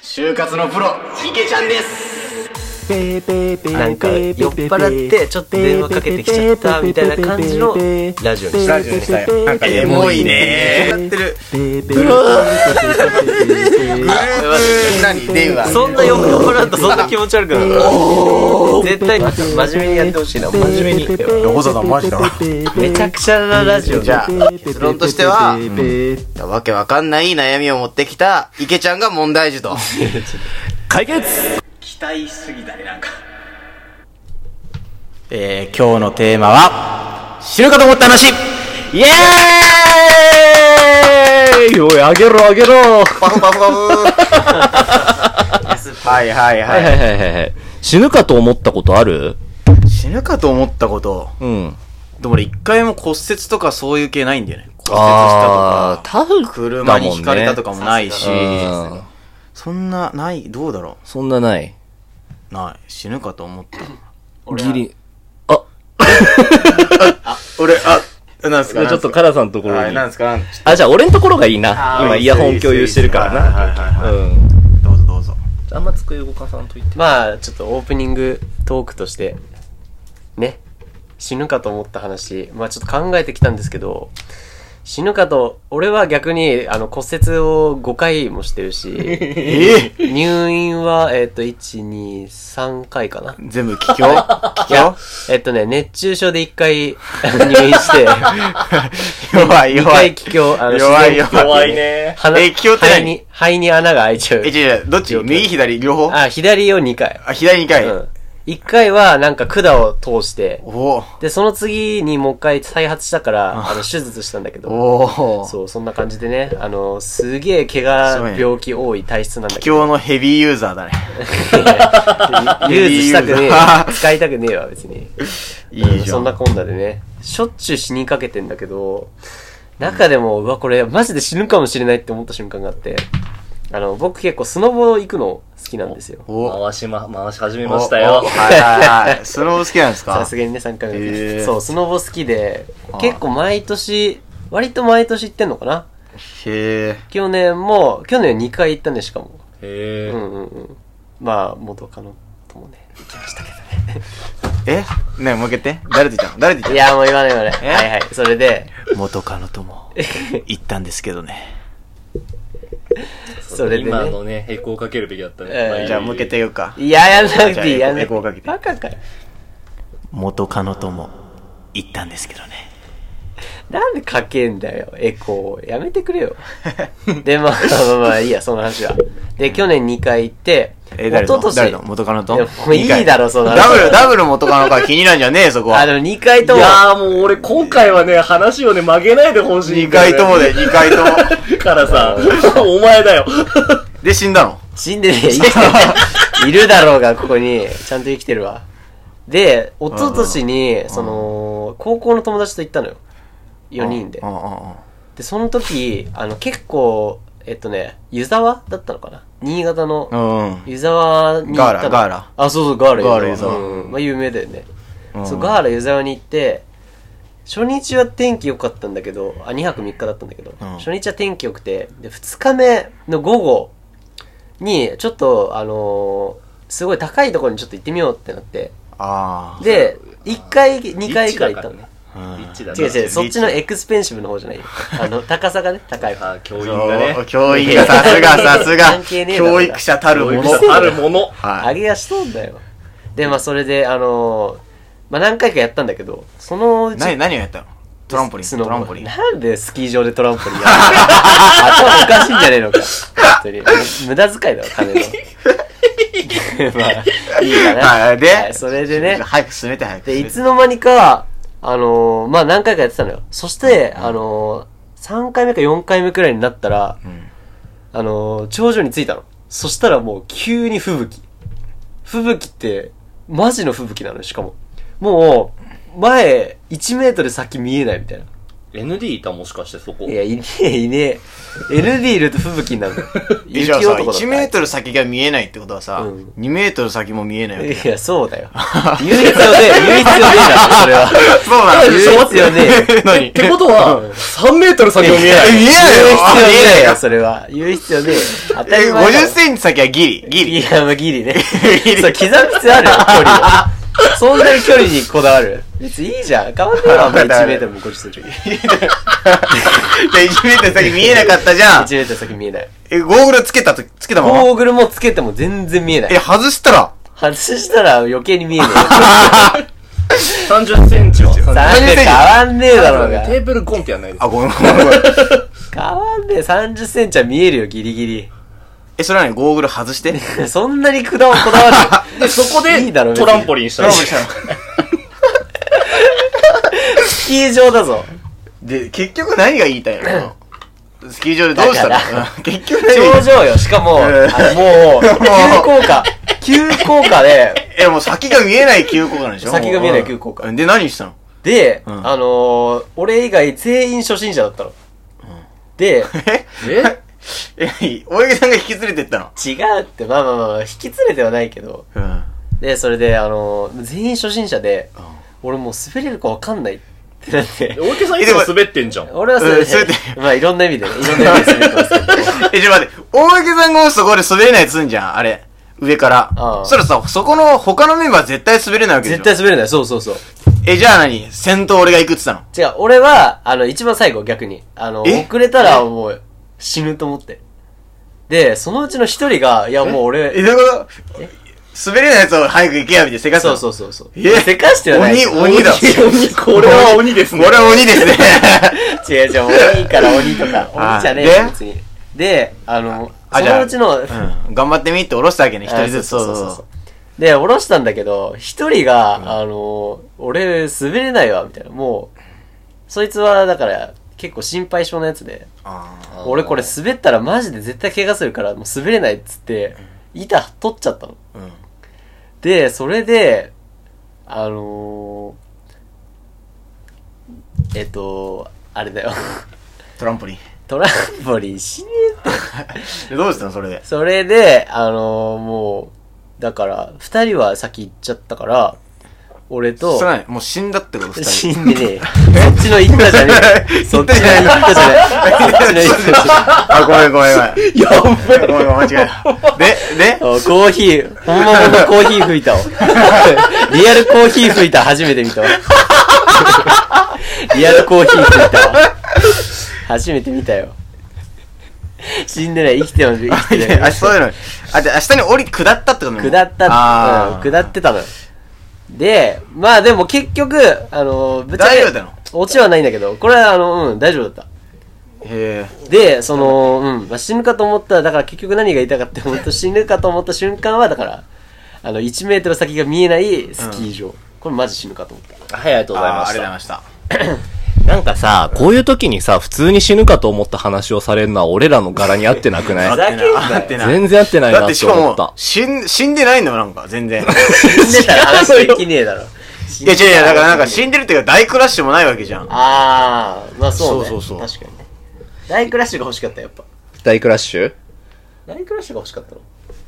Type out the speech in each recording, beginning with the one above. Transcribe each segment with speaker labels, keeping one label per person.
Speaker 1: 就活のプロ池ちゃんです
Speaker 2: なんか酔っ払ってちょっと電話かけてきちゃったみたいな感じのラジオにした
Speaker 1: ラジオにしたよなんかエモいねやってるグループ何電話
Speaker 2: そんな酔っ払うとそんな気持ち悪くなる絶対真面目にやってほしいな真面目に
Speaker 3: 横澤さんマジだな
Speaker 2: めちゃくちゃなラジオ
Speaker 1: じゃあ結論としてはわけわかんない悩みを持ってきた池ちゃんが問題児と
Speaker 3: 解決
Speaker 1: 期待しすぎたねなんかえー、今日のテーマは知るかと思った話
Speaker 3: イエーイおいあげろあげろ
Speaker 1: パフパフパフ はいはいは、
Speaker 3: はいいはいはいはいはい死ぬかと思ったことある
Speaker 1: 死ぬかと思ったこと
Speaker 3: うん
Speaker 4: でも俺一回も骨折とかそういう系ないんだよね。骨折したと
Speaker 3: ああ
Speaker 4: か、
Speaker 3: タフ
Speaker 4: 車にひかれたとか
Speaker 3: も
Speaker 4: もないし、
Speaker 3: うん
Speaker 4: そんな、ない、どうだろ。
Speaker 3: そんなないう
Speaker 4: ない。死ぬかと思った。
Speaker 3: ギリあ
Speaker 4: 俺、あ、なんす
Speaker 3: ちょっとカラさんのところに
Speaker 4: すか
Speaker 3: あじゃあ俺のところがいいな今イヤホン共有してるからな
Speaker 4: な。
Speaker 3: うん
Speaker 4: どうぞどうぞ。
Speaker 3: あんま机動かさんといて
Speaker 2: まあちょっとオープニングトークとしてね死ぬかと思った話まあちょっと考えてきたんですけど死ぬかと俺は逆にあの骨折を5回もしてるし 入院はえっ、と123回かな
Speaker 4: 全部聞きよう。聞きよ
Speaker 2: えっ、とね熱中症で1回 入院して
Speaker 4: う。 弱い
Speaker 2: 2
Speaker 4: 弱
Speaker 2: 回
Speaker 4: い。
Speaker 2: 気胸あの
Speaker 4: 弱い
Speaker 2: 自然気胸
Speaker 4: 弱い
Speaker 3: ね
Speaker 2: 鼻
Speaker 4: え気胸って何
Speaker 2: 肺に肺に穴が開いちゃう
Speaker 4: え、違う違う、どっち右左両方
Speaker 2: あ左を2回
Speaker 4: あ、左2回。
Speaker 2: うん一回はなんか管を通して、
Speaker 4: おお
Speaker 2: で、その次にもう一回再発したから、あの、手術したんだけど、
Speaker 4: おお
Speaker 2: そう、そんな感じでね、あの、すげえ怪我、病気多い体質なんだ けど、
Speaker 4: 今日のヘビーユーザーだね。
Speaker 2: ユーズしたくね
Speaker 4: ユー
Speaker 2: えよ
Speaker 4: ズ だ
Speaker 2: 使いたくねえわ、別に。
Speaker 4: いいじゃ
Speaker 2: そん
Speaker 4: ん。
Speaker 2: なこんなでね、しょっちゅう死にかけてんだけど、中でも、うわ、これ、マジで死ぬかもしれないって思った瞬間があって、あの、僕結構スノボ行くの好きなんですよ。
Speaker 4: おお
Speaker 3: 回しま回し始め
Speaker 4: お
Speaker 3: ましたよ
Speaker 4: おはいはいはい。スノー好きなんです
Speaker 2: さ
Speaker 4: か
Speaker 2: すがにね、3回目、
Speaker 4: へえ
Speaker 2: そう、スノボ好きで
Speaker 4: あ、あ
Speaker 2: 結構毎年、割と毎年行ってんのかな
Speaker 4: へえ。
Speaker 2: 去年も、去年2回行ったね、しかも。
Speaker 3: へ
Speaker 2: う
Speaker 3: え
Speaker 2: んうんうん。まあ、元カノともね、行きましたけどね。
Speaker 4: えねえ、もう一回言って。誰と言ったの誰と言
Speaker 2: い
Speaker 4: っ
Speaker 2: や、もう言わない言わない。
Speaker 4: え
Speaker 2: はいはい。それで、
Speaker 4: たの元カノとも行ったんですけどね。
Speaker 2: それでね
Speaker 3: 今のね、平行かけるべきだったね。
Speaker 2: えー
Speaker 3: まいい
Speaker 4: じゃあもう一回言うか。
Speaker 2: いや、やんなく
Speaker 4: じゃあ
Speaker 2: ていい、やんな
Speaker 4: エコー
Speaker 2: く
Speaker 4: か
Speaker 2: て
Speaker 4: け
Speaker 2: いい。
Speaker 4: て
Speaker 2: バカかよ。
Speaker 4: 元カノとも行ったんですけどね。
Speaker 2: なんでかけんだよ、エコー。やめてくれ よ。で、まあまあまあ、いいや、その話は。で、去年2回行って、
Speaker 4: え、誰の
Speaker 2: 一昨年
Speaker 4: 誰の元カノと
Speaker 2: いやもういいだろその
Speaker 4: の。
Speaker 2: 話
Speaker 4: ダブル、ダブル元カノか気になんじゃねえ、そこ
Speaker 2: あ
Speaker 4: は。
Speaker 2: の、2回と
Speaker 3: い
Speaker 2: も、
Speaker 3: やーもう俺今回はね、話をね、曲げないでほし
Speaker 4: 二
Speaker 3: いんだ
Speaker 4: 回とも
Speaker 3: よね。
Speaker 4: で、二回とも。
Speaker 3: からさ、 お前だよ。
Speaker 4: で、死んだの。
Speaker 2: 死んでねえ、生きて る。いるだろうが、ここに。ちゃんと生きてるわ。で、一昨年に、その、高校の友達と行ったのよ。4人で
Speaker 4: う。んうんうん。
Speaker 2: で、その時、あの、結構、えっとね、湯沢だったのかな新潟の
Speaker 4: うん。
Speaker 2: 湯沢に行ったの。
Speaker 4: ガーラガーラ
Speaker 2: あ、そうそう、ガーラ
Speaker 4: ガーラ湯沢
Speaker 2: うんまあ、有名だよね。
Speaker 4: うん
Speaker 2: そう、ガーラ湯沢に行って、初日は天気良かったんだけど、あ、2泊3日だったんだけど、
Speaker 4: うん
Speaker 2: 初日は天気良くて、で、2日目の午後に、ちょっと、あのーすごい高いところにちょっと行ってみようってなって、
Speaker 4: ああ。
Speaker 2: で、1回、2回から行ったのね。
Speaker 4: うん
Speaker 3: リッチだ
Speaker 2: 違う
Speaker 3: ね。
Speaker 2: 違う、そっちのエクスペンシブの方じゃないよ。あの、高さがね、高い。
Speaker 3: あー教員がね
Speaker 4: そう、。教育がさすが、さすが
Speaker 2: 関係ね。えだろ
Speaker 4: 教育者たるもの。
Speaker 3: 教育者あるもの。
Speaker 2: 上
Speaker 4: はい。
Speaker 2: げやしとんだよ。で、まあ、それで、あのーまあ、何回かやったんだけど、そのうち
Speaker 4: 何、何をやったのトランポリン、
Speaker 2: スノボ
Speaker 4: トランポリン。
Speaker 2: なんでスキー場でトランポリンやるの 頭おかしいんじゃねえのか。本当に。無駄遣いだ ろ、金の。 まあ、いいかな。
Speaker 4: はい、
Speaker 2: は
Speaker 4: で、
Speaker 2: いそれでね。
Speaker 4: 早く進めて、早く
Speaker 2: で、
Speaker 4: 進めて。
Speaker 2: いつの間にか、あのーまあ、何回かやってたのよ。そして、あのー、3回目か4回目くらいになったら、
Speaker 4: ん
Speaker 2: あのー頂上に着いたの。そしたらもう急に吹雪。吹雪って、マジの吹雪なのよ、しかも。もう、前、1メートル先見えないみたいな。
Speaker 1: ND いたもしかしてそこ
Speaker 2: い。や、いねえ、いねえ。LD いると吹雪になる。
Speaker 4: えじゃあ
Speaker 2: 雪
Speaker 4: さ、
Speaker 2: 男だった
Speaker 4: 1メートル先が見えないってことはさ、
Speaker 2: うん
Speaker 4: 2メートル先も見えないわけ。
Speaker 2: いや、そうだよ。唯一よね、唯一よねだ ろ、それは。
Speaker 4: そうな
Speaker 2: 言う必要ねえ
Speaker 4: えのに。
Speaker 1: ってことは、3メートル先も見えない。
Speaker 4: 見えないよ
Speaker 2: 言う必要ね
Speaker 4: 見えな
Speaker 2: え
Speaker 4: い
Speaker 2: よ、
Speaker 4: よ
Speaker 2: それは。言う必要ねえ。当たり
Speaker 4: え、
Speaker 2: 前だ
Speaker 4: 50
Speaker 2: ろ
Speaker 4: センチ先はギリ、ギ
Speaker 2: い
Speaker 4: リ。
Speaker 2: や、まあギリね。
Speaker 4: ギリ
Speaker 2: そう、刻む必要ある距離を。そんなに距離にこだわる。別にいいじゃん。変わんねえわ、もう1メートルも50センチ。1メ
Speaker 4: で、1メートル先見えなかったじゃん
Speaker 2: ー。トル先見えない。
Speaker 4: え、ゴーグルつけたと、つけたまま。
Speaker 2: ゴーグルもつけても全然見えな
Speaker 4: え、
Speaker 2: い。
Speaker 4: 外したら、
Speaker 2: 外したら余計に見えね
Speaker 1: 30センチは。
Speaker 2: え。なんで変わんねえだろうが。
Speaker 1: テーブルゴンってやんないです。
Speaker 4: あ、ごめん ごめんごめん。
Speaker 2: 変わんねえ。30センチは見えるよ、ギリギリ。
Speaker 4: え、それなのにゴーグル外して。
Speaker 2: そんなにこだわこだわ る。
Speaker 1: で、そこ
Speaker 2: いい
Speaker 1: で
Speaker 2: だろ別に
Speaker 1: トランポリンしたりして
Speaker 2: スキー場だぞ。
Speaker 4: で、結局何が言いたいのスキー場でどうした
Speaker 2: だから
Speaker 4: の結局何が
Speaker 2: 頂
Speaker 4: 言いたい
Speaker 2: 上よ。しかも、あ
Speaker 4: え
Speaker 2: のもう、急降下。急降下で、
Speaker 4: え、もう先が見えない急降下なんでしょ
Speaker 2: 先が見えない
Speaker 4: もう
Speaker 2: 急降下
Speaker 4: うんで、何したの
Speaker 2: で、
Speaker 4: うん
Speaker 2: あのー、俺以外全員初心者だったの。で、
Speaker 4: え
Speaker 1: え
Speaker 4: え、大池さんが引き連れてったの
Speaker 2: 違うって、まあまあまあ、引き連れてはないけど。
Speaker 4: うん。
Speaker 2: で、それで、あのー、全員初心者で、俺もう滑れるかわかんないってなって。
Speaker 1: 大池さんいつも滑ってんじゃん。
Speaker 2: 俺はそれ
Speaker 4: うんそれで
Speaker 2: で、まあいろんな意味でね、いろんな意味で滑ってます けど。
Speaker 4: え、ちょ、待って、大池さんがそこで滑れないやつすんじゃん、あれ。上から。
Speaker 2: ああ
Speaker 4: そしたらさ、そこの他のメンバー絶対滑れないわけでしょ
Speaker 2: 絶対滑れない。そうそうそう。
Speaker 4: え、じゃあ何先頭俺が行くって言ったの
Speaker 2: 違う、俺は、あの、一番最後、逆に。あの、
Speaker 4: え
Speaker 2: 遅れたらもう、死ぬと思って。で、そのうちの一人が、いや、もう
Speaker 4: え、
Speaker 2: 俺、
Speaker 4: どういうこと滑れないやつを早く行けや、みたいなせかす
Speaker 2: そう
Speaker 4: の
Speaker 2: そうそうそう。
Speaker 4: え
Speaker 2: せかしてはないけど。
Speaker 4: 鬼鬼だ
Speaker 2: 鬼
Speaker 1: これは鬼ですね。
Speaker 4: 俺は鬼ですね。
Speaker 2: 違う違う、鬼から鬼とか、
Speaker 4: あ
Speaker 2: 鬼じゃねえ
Speaker 4: で
Speaker 2: よ、別に。で、あの、
Speaker 4: あ
Speaker 2: そ
Speaker 4: じゃあ
Speaker 2: のうちの、
Speaker 4: うん。 頑張ってみって下ろしたわけね、一人ずつ。
Speaker 2: あ
Speaker 4: そうそうそう。
Speaker 2: う。で、下ろしたんだけど、一人が、あの、俺、滑れないわ、みたいな。もう、そいつは、だから、結構心配性のやつで、
Speaker 4: あ
Speaker 2: 俺これ滑ったらマジで絶対怪我するからもう滑れないっつって板取っちゃったの
Speaker 4: ーうん。
Speaker 2: でそれであのー、えっとあれだよ
Speaker 4: トランポリン。
Speaker 2: トランポリンしねえって
Speaker 4: えどうしたのそれで。
Speaker 2: それであのー、もうだから二人は先行っちゃったから俺と
Speaker 4: それはねもう死んだってこと、二
Speaker 2: 死
Speaker 4: 人。
Speaker 2: んでねえよそっちの行ったじゃねえよそっちの行ったじゃねえよそっちの行ったじゃねえよ
Speaker 4: あ、ごめんごめんごめん。
Speaker 1: やべ
Speaker 4: ごめんごめん、間違えた。で、で、
Speaker 2: おコーヒー、本物のコーヒー吹 いたわ。リアルコーヒー吹いた初めて見たわ。リアルコーヒー吹いたわ。初めて見たよ。死んでない、生きてます、生きてない。
Speaker 4: あ、そういうの。あ、じゃあ明日に降り、下ったってことね。
Speaker 2: 下った、
Speaker 4: あ
Speaker 2: うん、
Speaker 4: ー
Speaker 2: 下ってたのよ。で、まあでも結局、あの、ぶっ
Speaker 4: 大丈夫だの
Speaker 2: 落ちはないんだけど、これはあの、うん、大丈夫だっ
Speaker 4: へ
Speaker 2: た。で、その、うん、まあ、死ぬかと思ったら、だから結局何が言いたかって、本当死ぬかと思った瞬間は、だから、あの、1メートル先が見えないスキー場。これマジ死ぬかと思 った。
Speaker 1: はい、ありがと
Speaker 4: え。
Speaker 1: うござい
Speaker 4: あー
Speaker 1: ま
Speaker 4: あ
Speaker 1: し
Speaker 4: りがとうござい
Speaker 1: た。
Speaker 4: ました。
Speaker 3: なんかさ、こういう時にさ、普通に死ぬかと思った話をされるのは俺らの柄に合ってなく
Speaker 2: ふ
Speaker 3: ない
Speaker 2: ざけんな
Speaker 4: 合って
Speaker 2: よ。
Speaker 4: ない。
Speaker 3: 全然合ってない
Speaker 4: だっ
Speaker 3: な
Speaker 4: て
Speaker 3: っ
Speaker 4: してか
Speaker 3: 思っ
Speaker 4: も
Speaker 3: た、。
Speaker 4: 死ん、死んでないのよなんか、全 然。
Speaker 2: 死んでたら話できねえだろ。
Speaker 4: いや、違う違う、だからなんか死んでるっていうか大クラッシュもないわけじゃん。
Speaker 2: あー、まあそうね。
Speaker 4: そうそうそう
Speaker 2: 確かにね。大クラッシュが欲しかった、やっぱ。
Speaker 3: 大クラッシュ
Speaker 2: 大クラッシュが欲しかったの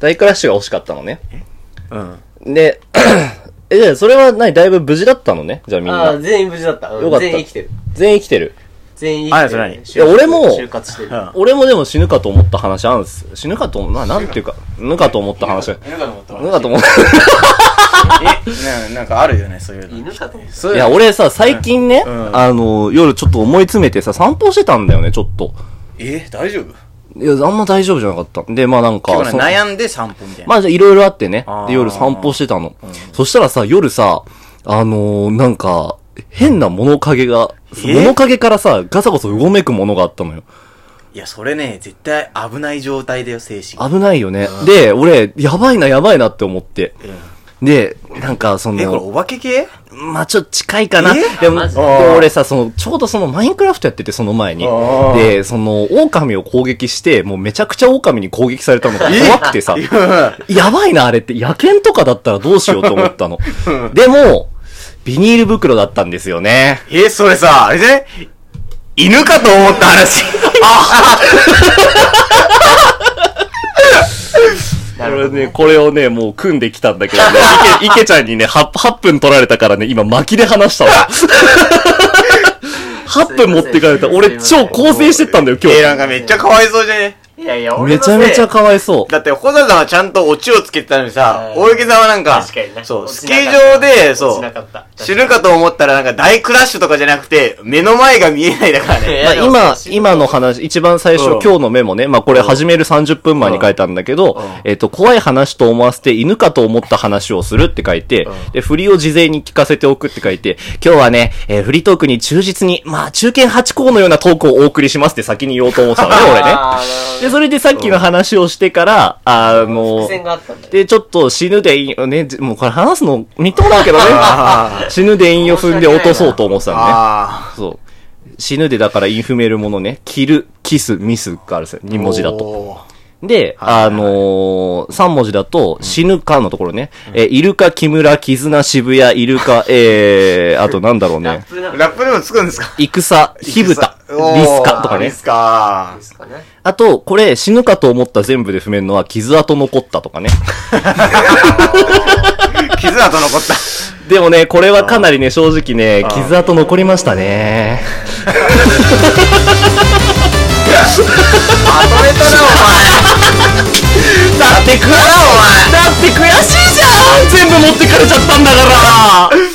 Speaker 3: 大クラッシュが欲しかったのね。
Speaker 4: うん。
Speaker 3: で、 え、じゃあそれは何だいぶ無事だったのねじゃあみん
Speaker 2: ああー、
Speaker 3: な。
Speaker 2: 全員無事だった。うん
Speaker 3: よかった
Speaker 2: 全員生きてる。
Speaker 3: 全員生きてる。
Speaker 2: 全員生きてる。
Speaker 4: あそれ何
Speaker 2: 就活
Speaker 3: いや俺も
Speaker 2: 就活してる。
Speaker 4: うん
Speaker 3: 俺もでも死ぬかと思った話あるんです。死ぬかと思う、な、なんていうか、死ぬかと思った話。死
Speaker 4: 犬かと思った
Speaker 3: ぬかと思っ
Speaker 4: え、なんかあるよね、そういうの。
Speaker 2: 犬かと思った
Speaker 4: そう
Speaker 3: た。い
Speaker 4: いう
Speaker 3: や、
Speaker 4: の。
Speaker 3: 俺さ、最近ね、
Speaker 4: うん
Speaker 3: あの、夜ちょっと思い詰めてさ、散歩してたんだよね、ちょっと。
Speaker 4: え、大丈夫
Speaker 3: いや、あんま大丈夫じゃなかった。で、まあなんか、
Speaker 4: 結
Speaker 3: そ
Speaker 4: 構
Speaker 3: の
Speaker 4: ね悩んで散歩みたいな。
Speaker 3: まあじゃあいろいろあってね
Speaker 4: あ。ー
Speaker 3: で、夜散歩してたの。そしたらさ、夜さ、あのー、なんか、変な物陰が、
Speaker 4: え
Speaker 3: 物陰からさ、ガサゴサうごめくものがあったのよ。
Speaker 4: いや、それね、絶対危ない状態だよ、精神。
Speaker 3: 危ないよね。で、俺、やばいな、やばいなって思って。で、なんか、そ
Speaker 4: え、これ
Speaker 3: の、
Speaker 4: お化け系
Speaker 3: まあ、ちょっと近いかな。
Speaker 4: え
Speaker 3: でも、
Speaker 2: マジ
Speaker 3: で俺さ、その、ちょうどその、マインクラフトやってて、その前に。で、その、狼を攻撃して、もうめちゃくちゃ狼に攻撃されたのが怖くてさ。やばいな、あれって。野犬とかだったらどうしようと思ったの。でも、ビニール袋だったんですよね。
Speaker 4: え、それさ、あれね、
Speaker 3: 犬かと思った話。
Speaker 2: な
Speaker 3: こ
Speaker 2: る
Speaker 3: れ
Speaker 2: ほど。
Speaker 3: ね、これをね、もう組んできたんだけどね、いけ、いけちゃんにね、8, 8分取られたからね、今巻きで話したわ。8分持ってかれた。俺
Speaker 2: すいません
Speaker 3: 超構成してったんだよ、今
Speaker 4: えー、
Speaker 3: 日。
Speaker 4: なんかめっちゃかわいそうじゃね
Speaker 2: いやいや、俺
Speaker 3: め
Speaker 2: の
Speaker 3: ち
Speaker 2: せい
Speaker 3: ゃめちゃかわいそう。
Speaker 4: だって、ホザさんはちゃんとオチをつけてたのにさ、
Speaker 2: うん
Speaker 4: 大池さんはなんか
Speaker 2: 確かにね、
Speaker 4: そう、
Speaker 2: 落
Speaker 4: ス
Speaker 2: ち
Speaker 4: キ
Speaker 2: なかっ
Speaker 4: ー場
Speaker 2: た
Speaker 4: で、
Speaker 2: 落
Speaker 4: そ
Speaker 2: ち
Speaker 4: う
Speaker 2: な、かった
Speaker 4: 死ぬかと思ったらなんか大クラッシュとかじゃなくて、目の前が見えないだから
Speaker 2: い
Speaker 4: ね。
Speaker 2: や
Speaker 3: まあ、
Speaker 2: でも
Speaker 3: 今、今の話、一番最初、
Speaker 4: うん
Speaker 3: 今日のメモね、まあこれ始める30分前に書いたんだけど、えっと、怖い話と思わせて犬かと思った話をするって書いて、で、振りを事前に聞かせておくって書いて、今日はね、えーフリートークに忠実に、まあ中堅8校のようなトークをお送りしますって先に言おうと思ってたのね、俺ね。
Speaker 2: あーなるほど
Speaker 3: で、それでさっきの話をしてから、あの
Speaker 2: 伏、線があったんだよ。
Speaker 3: で、ちょっと死ぬでいいよね、じもうこれ話すのみっともないけどね、死ぬで陰を踏んで落とそうと思ってたのね。
Speaker 4: あ
Speaker 3: そう。死ぬでだからインフメるものね。キル、キス、ミスがあるんですよ。2
Speaker 4: あ。
Speaker 3: 文字だと。
Speaker 4: と。
Speaker 3: で、あのー、3文字だと、死ぬかのところね。えー、イルカ、木村、絆、渋谷、イルカ、 えー、あとなんだろう
Speaker 2: ラッ
Speaker 3: ね。
Speaker 2: プなの
Speaker 4: ラップでもつくんですか
Speaker 3: 戦、火蓋、リ
Speaker 4: おー
Speaker 3: スカとか
Speaker 4: リ
Speaker 3: ね。
Speaker 4: スカ
Speaker 2: で。すかね。
Speaker 3: あと、これ、死ぬかと思った全部で踏めるのは、傷跡残ったとかね。
Speaker 4: 傷跡残った。
Speaker 3: でもね、これはかなりね、正直ね、傷跡残りましたね。
Speaker 4: まとめたな、
Speaker 3: だって悔しいだって悔しいじゃん全部持ってかれちゃったんだから